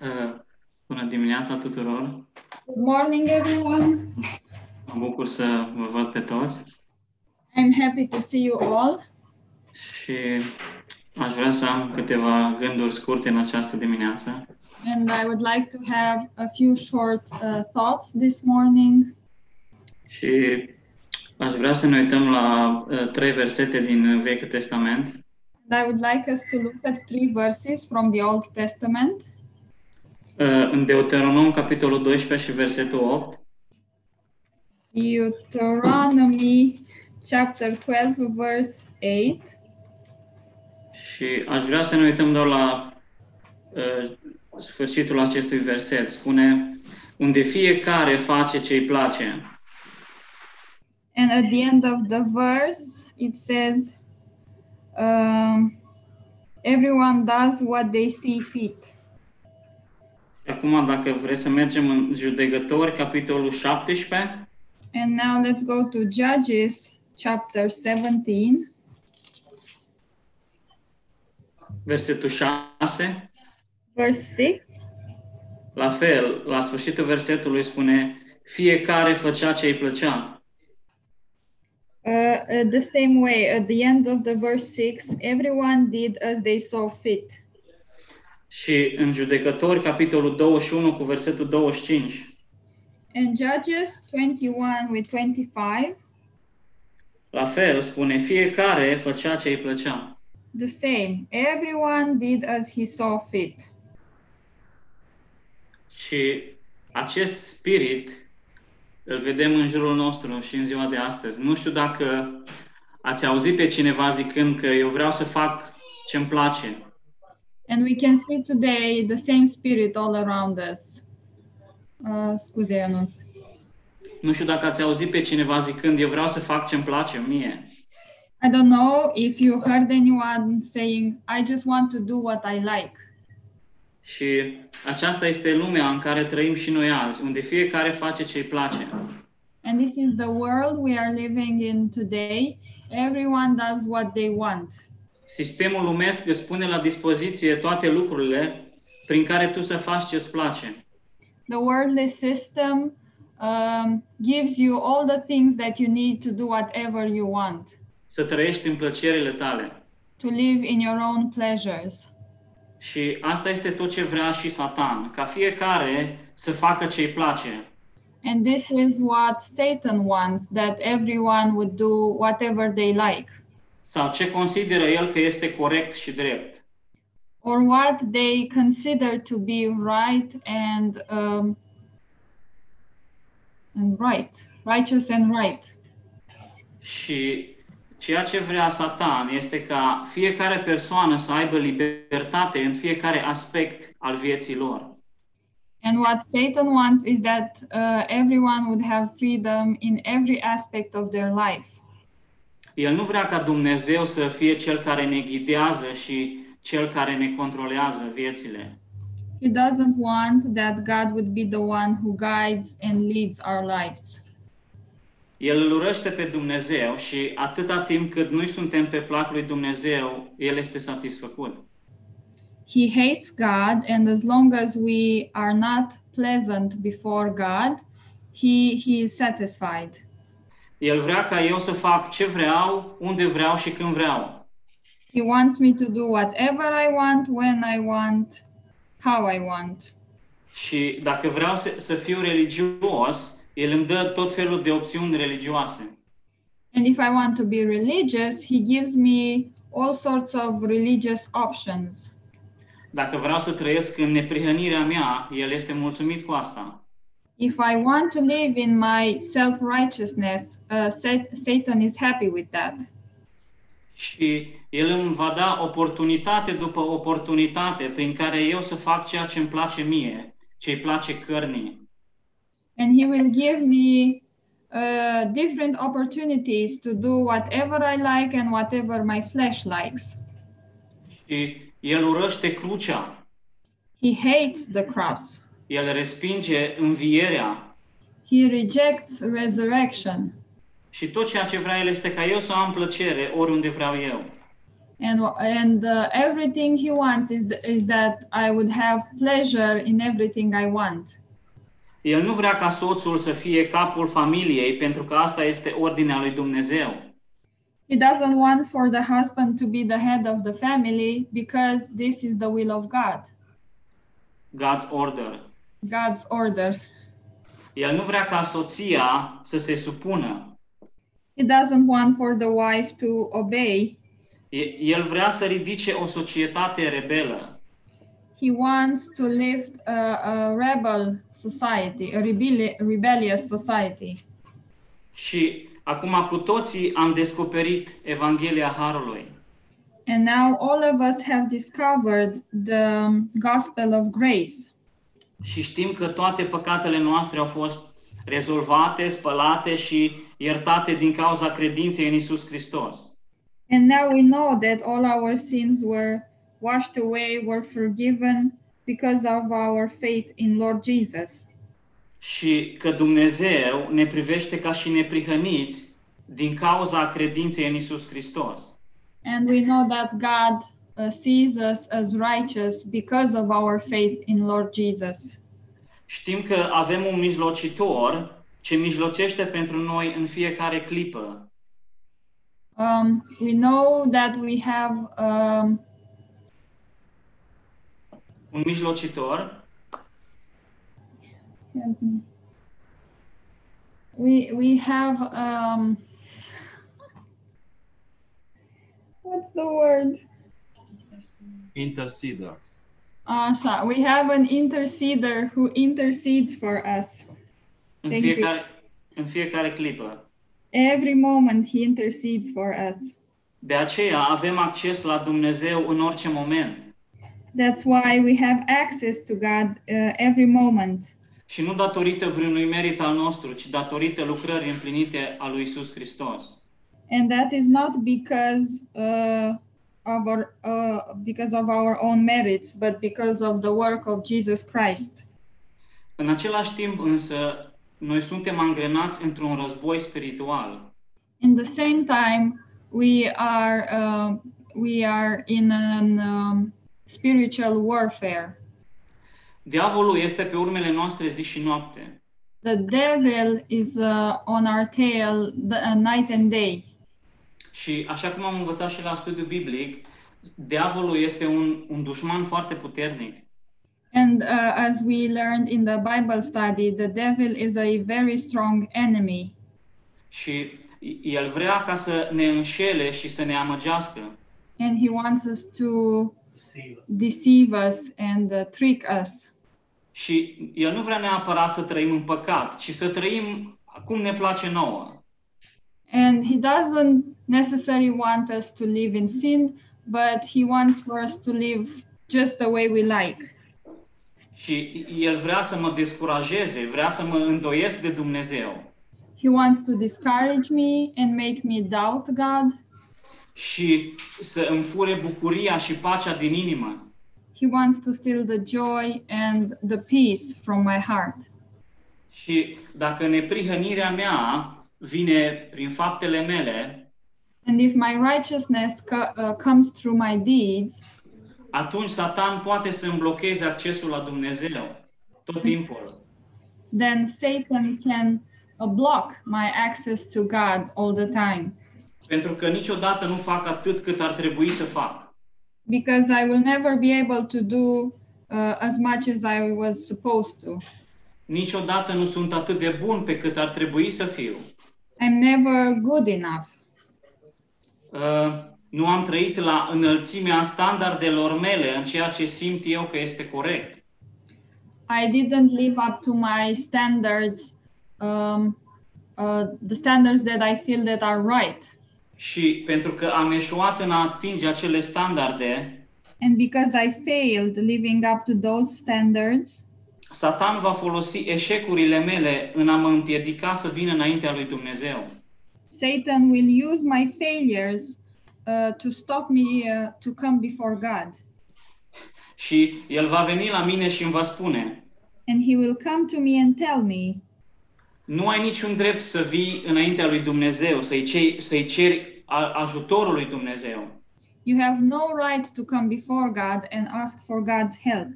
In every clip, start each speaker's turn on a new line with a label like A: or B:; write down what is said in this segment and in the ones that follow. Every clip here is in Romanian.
A: Uh, Bună dimineața tuturor!
B: Good morning, everyone.
A: Mă bucur să vă văd pe toți
B: I'm happy to see you all.
A: și aș vrea să am câteva gânduri scurte în această dimineață.
B: And I would like to have a few short uh, thoughts this morning.
A: Și aș vrea să ne uităm la uh, trei versete din Vechiul Testament
B: And I would like us to look at three verses from the Old Testament
A: Uh, în Deuteronom, capitolul 12 și versetul 8,
B: Deuteronomy chapter 12, verse 8.
A: și aș vrea să ne uităm doar la uh, sfârșitul acestui verset. Spune, unde fiecare face ce îi place.
B: And at the end of the verse, it says, um, Everyone does what they see fit.
A: Și Acum, dacă vreți să mergem în Judecători, capitolul 17,
B: And now let's go to Judges chapter 17.
A: versetul 6,
B: verse 6
A: la fel, la sfârșitul versetului spune fiecare făcea ce îi plăcea.
B: uh, uh, the same way at the end of the verse 6 everyone did as they saw fit
A: Și în Judecători, capitolul 21 cu versetul 25,
B: and judges 21 with 25
A: la fel spune fiecare făcea ce îi plăcea.
B: the same everyone did as he saw fit
A: Și acest spirit îl vedem în jurul nostru și în ziua de astăzi. Nu știu dacă ați auzit pe cineva zicând că eu vreau să fac ce îmi place.
B: and we can see today the same spirit all around us uh, scuze Ionuț.
A: Nu știu dacă ați auzit pe cineva zicând, eu vreau să fac ce-mi place mie.
B: i don't know if you heard anyone saying i just want to do what i like
A: Și aceasta este lumea în care trăim și noi azi, unde fiecare face ce-i place.
B: and this is the world we are living in today everyone does what they want
A: Sistemul lumesc îți pune la dispoziție toate lucrurile prin care tu să faci ce-ți place.
B: the worldly system um, gives you all the things that you need to do whatever you want,
A: Să trăiești în plăcerile tale.
B: to live in your own pleasures.
A: Și asta este tot ce vrea și Satan, ca fiecare să facă ce-i place.
B: And this is what Satan wants that everyone would do whatever they like
A: Sau ce consideră el că este corect și drept.
B: or what they consider to be right and um, and right, righteous and right.
A: Și ceea ce vrea Satan este ca fiecare persoană să aibă libertate în fiecare aspect al vieții lor.
B: And what Satan wants is that uh, everyone would have freedom in every aspect of their life.
A: El nu vrea ca Dumnezeu să fie cel care ne ghidează și cel care ne controlează viețile.
B: He doesn't want that God would be the one who guides and leads our lives.
A: El îl urăște pe Dumnezeu și atâta timp cât noi suntem pe plac lui Dumnezeu, El este satisfăcut.
B: He hates God, and as long as we are not pleasant before God, he, he is satisfied.
A: El vrea ca eu să fac ce vreau, unde vreau și când vreau.
B: He wants me to do whatever I want, when I want, how I want.
A: Și dacă vreau să, să fiu religios, el îmi dă tot felul de opțiuni religioase.
B: And if I want to be religious, he gives me all sorts of religious options.
A: Dacă vreau să trăiesc în neprihănirea mea, el este mulțumit cu asta.
B: If I want to live in my self righteousness, uh, Sat- Satan is happy with that.
A: Și el îmi va da oportunitate după oportunitate prin care eu să fac ceea ce îmi place mie, ce îi place cărnii.
B: and he will give me uh, different opportunities to do whatever I like and whatever my flesh likes.
A: Și el urăște crucea,
B: He hates the cross.
A: el respinge învierea
B: He rejects resurrection.
A: și tot ceea ce vrea el este ca eu să am plăcere oriunde vreau eu.
B: and and uh, everything he wants is th- is that I would have pleasure in everything I want.
A: El nu vrea ca soțul să fie capul familiei, pentru că asta este ordinea lui Dumnezeu.
B: He doesn't want for the husband to be the head of the family because this is the will of God,
A: God's order.
B: God's order.
A: El nu vrea ca soția să se supună.
B: He doesn't want for the wife to obey.
A: E- El vrea să ridice o societate rebelă.
B: He wants to lift a, a rebel society, a rebelli- rebellious society.
A: Și acum cu toții am descoperit Evanghelia Harului.
B: And now all of us have discovered the um, gospel of grace.
A: Și știm că toate păcatele noastre au fost rezolvate, spălate și iertate din cauza credinței în Isus Hristos.
B: And now we know that all our sins were washed away, were forgiven because of our faith in Lord Jesus.
A: Și că Dumnezeu ne privește ca și neprihăniți din cauza credinței în Isus Hristos.
B: And we know that God uh, sees us as righteous because of our faith in Lord Jesus.
A: Știm că avem un mijlocitor ce mijlocește pentru noi în fiecare clipă.
B: Um, we know that we have um,
A: Un mijlocitor
B: we we have um, what's the word?
C: interceder.
B: Așa, we have an interceder who intercedes for us.
A: în
B: Thank you.
A: fiecare, în fiecare clipă.
B: Every moment he intercedes for us.
A: De aceea avem acces la Dumnezeu în orice moment.
B: That's why we have access to God uh, every moment.
A: Și nu datorită vreunui merit al nostru, ci datorită lucrării împlinite a lui Isus Hristos.
B: And that is not because uh, of our uh, because of our own merits, but because of the work of Jesus Christ.
A: În același timp însă, noi suntem angrenați într-un război spiritual.
B: In the same time, we are uh, we are in an um, spiritual warfare.
A: Diavolul este pe urmele noastre zi și noapte.
B: The devil is uh, on our tail the, uh, night and day.
A: Și așa cum am învățat și la studiu biblic, diavolul este un, un dușman foarte puternic.
B: And uh, as we learned in the Bible study, the devil is a very strong enemy.
A: Și el vrea ca să ne înșele și să ne amăgească.
B: and he wants us to deceive us and uh, trick us
A: Și el nu vrea neapărat să trăim în păcat, ci să trăim cum ne place nouă.
B: and he doesn't necessarily want us to live in sin but he wants for us to live just the way we like
A: Și el vrea să mă descurajeze, vrea să mă îndoiesc de Dumnezeu.
B: he wants to discourage me and make me doubt god
A: Și să îmi fure bucuria și pacea din inimă.
B: he wants to steal the joy and the peace from my heart
A: Și dacă neprihănirea mea vine prin faptele mele,
B: and if my righteousness co- uh, comes through my deeds
A: atunci Satan poate să îmi blocheze accesul la Dumnezeu tot timpul.
B: then satan can uh, block my access to god all the time
A: Pentru că niciodată nu fac atât cât ar trebui să fac.
B: because I will never be able to do uh, as much as I was supposed to.
A: Niciodată nu sunt atât de bun pe cât ar trebui să fiu.
B: I'm never good enough.
A: Uh, nu am trăit la înălțimea standardelor mele în ceea ce simt eu că este corect.
B: I didn't live up to my standards, um, uh, the standards that I feel that are right.
A: Și pentru că am eșuat în a atinge acele standarde,
B: And because I failed living up to those standards,
A: Satan va folosi eșecurile mele în a mă împiedica să vin înaintea lui Dumnezeu.
B: Satan will use my failures uh, to stop me uh, to come before God.
A: Și el va veni la mine și îmi va spune:
B: And he will come to me and tell me,
A: "Nu ai niciun drept să vii înaintea lui Dumnezeu, să-i cei- să-i ceri a- ajutorul lui Dumnezeu."
B: You have no right to come before God and ask for God's help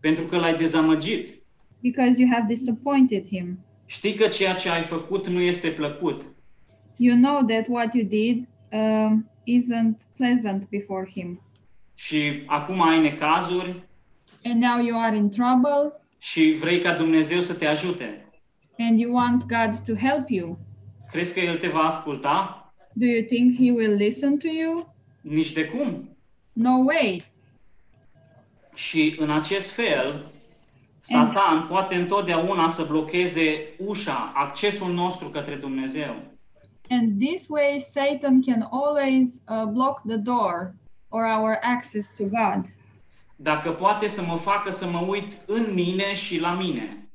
A: pentru că l-ai dezamăgit.
B: because you have disappointed Him.
A: Știi că ceea ce ai făcut nu este plăcut.
B: You know that what you did um, isn't pleasant before Him.
A: Și acum ai necazuri
B: And now you are in trouble
A: și vrei ca Dumnezeu să te ajute.
B: and you want God to help you.
A: Crezi că El te va asculta?
B: Do you think He will listen to you?
A: Nici de cum.
B: No way.
A: Și în acest fel, Satan poate întotdeauna să blocheze ușa, accesul nostru către Dumnezeu.
B: And this way, Satan can always uh, block the door or our access to God.
A: Dacă poate să mă facă să mă uit în mine și la mine.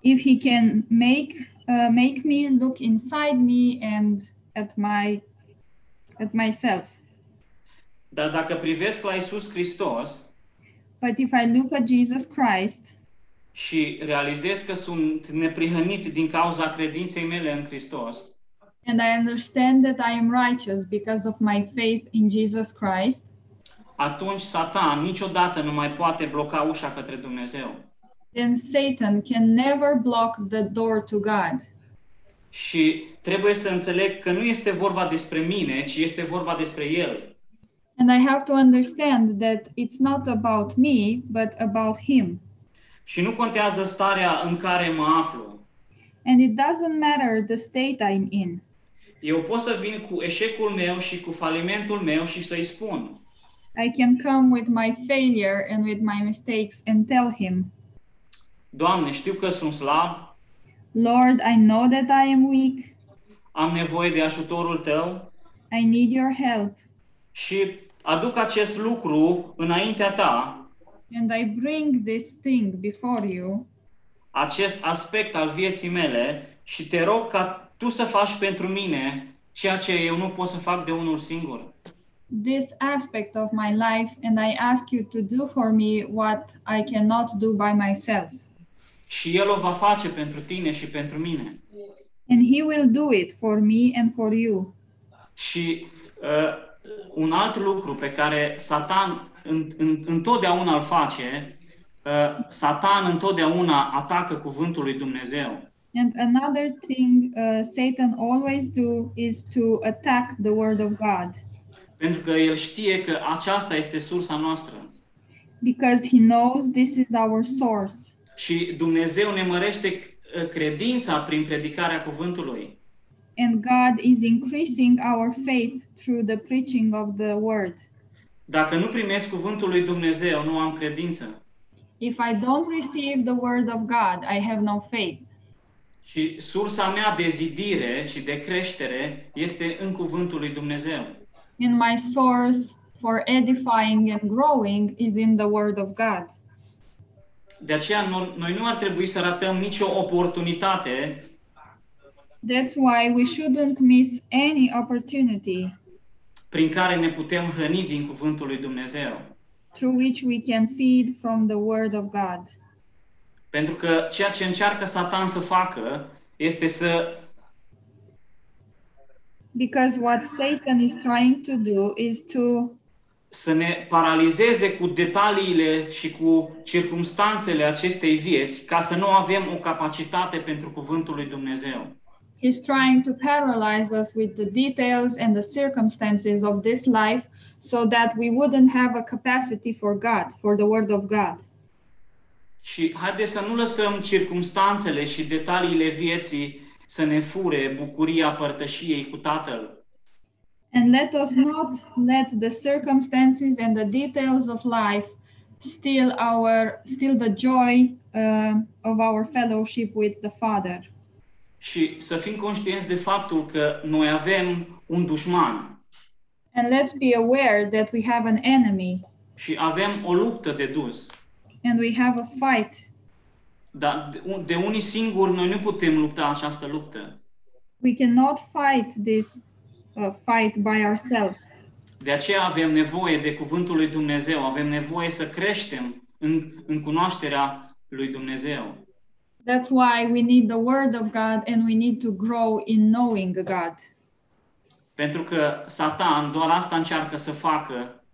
B: If he can make uh, make me look inside me and at my at myself.
A: Dar dacă privesc la Isus Hristos
B: But if I look at Jesus Christ
A: și realizez că sunt neprihănit din cauza credinței mele în Hristos,
B: and I understand that I am righteous because of my faith in Jesus Christ,
A: atunci Satan niciodată nu mai poate bloca ușa către Dumnezeu.
B: then Satan can never block the door to God.
A: Și trebuie să înțeleg că nu este vorba despre mine, ci este vorba despre El.
B: And I have to understand that it's not about me, but about him.
A: Și nu contează starea în care mă aflu.
B: And it doesn't matter the state I'm in.
A: Eu pot să vin cu eșecul meu și cu falimentul meu și să-i spun.
B: I can come with my failure and with my mistakes and tell him,
A: Doamne, știu că sunt slab,
B: Lord, I know that I am weak.
A: am nevoie de ajutorul tău
B: I need your help.
A: și aduc acest lucru înaintea ta,
B: And I bring this thing before you.
A: acest aspect al vieții mele și te rog ca tu să faci pentru mine ceea ce eu nu pot să fac de unul singur.
B: This aspect of my life, and I ask you to do for me what I cannot do by myself.
A: Și El o va face pentru tine și pentru mine.
B: And He will do it for me and for you.
A: Și uh, un alt lucru pe care Satan în, în, întotdeauna îl face, uh, Satan întotdeauna atacă cuvântul lui Dumnezeu.
B: And another thing uh, Satan always do is to attack the Word of God
A: Pentru că el știe că aceasta este sursa noastră.
B: because he knows this is our source.
A: Și Dumnezeu ne mărește uh, credința prin predicarea cuvântului.
B: And God is increasing our faith through the preaching of the Word.
A: Dacă nu primesc cuvântul lui Dumnezeu, nu am credință.
B: If I don't receive the Word of God, I have no faith.
A: Și sursa mea de zidire și de creștere este în cuvântul lui Dumnezeu.
B: And my source for edifying and growing is in the Word of God.
A: De aceea no- noi nu ar trebui să ratăm nicio oportunitate
B: That's why we shouldn't miss any opportunity
A: prin care ne putem hrăni din cuvântul lui Dumnezeu.
B: through which we can feed from the Word of God.
A: Pentru că ceea ce încearcă Satan să facă este să
B: Because what Satan is trying to do is to
A: să ne paralizeze cu detaliile și cu circumstanțele acestei vieți ca să nu avem o capacitate pentru cuvântul lui Dumnezeu.
B: he's trying to paralyze us with the details and the circumstances of this life so that we wouldn't have a capacity for God, for the word of God.
A: Și haideți să nu lăsăm circumstanțele și detaliile vieții să ne fure bucuria părtășiei cu Tatăl.
B: And let us not let the circumstances and the details of life steal our steal the joy uh, of our fellowship with the Father.
A: Și să fim conștienți de faptul că noi avem un dușman
B: And let's be aware that we have an enemy
A: și avem o luptă de dus.
B: and we have a fight
A: Dar de un- de unii singuri noi nu putem lupta această luptă.
B: we cannot fight this uh, fight by ourselves.
A: De aceea avem nevoie de cuvântul lui Dumnezeu, avem nevoie să creștem în, în cunoașterea lui Dumnezeu.
B: That's why we need the Word of God and we need to grow in knowing God.
A: Pentru că Satan doar asta încearcă să facă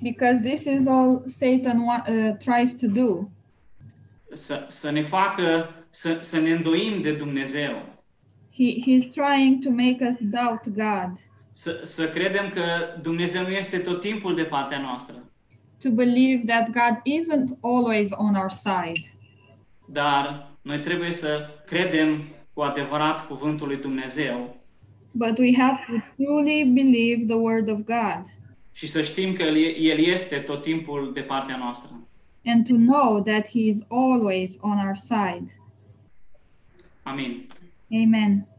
B: because this is all Satan wa- uh, tries to do
A: să, să ne facă să, să ne îndoim de Dumnezeu,
B: he, he's trying to make us doubt God,
A: să, să credem că Dumnezeu nu este tot timpul de partea noastră.
B: to believe that God isn't always on our side.
A: Dar noi trebuie să credem cu adevărat cuvântul lui Dumnezeu
B: But we have to truly believe the word of God
A: și să știm că El e- El este tot timpul de partea noastră.
B: and to know that he is always on our side.
A: Amin.
B: Amen.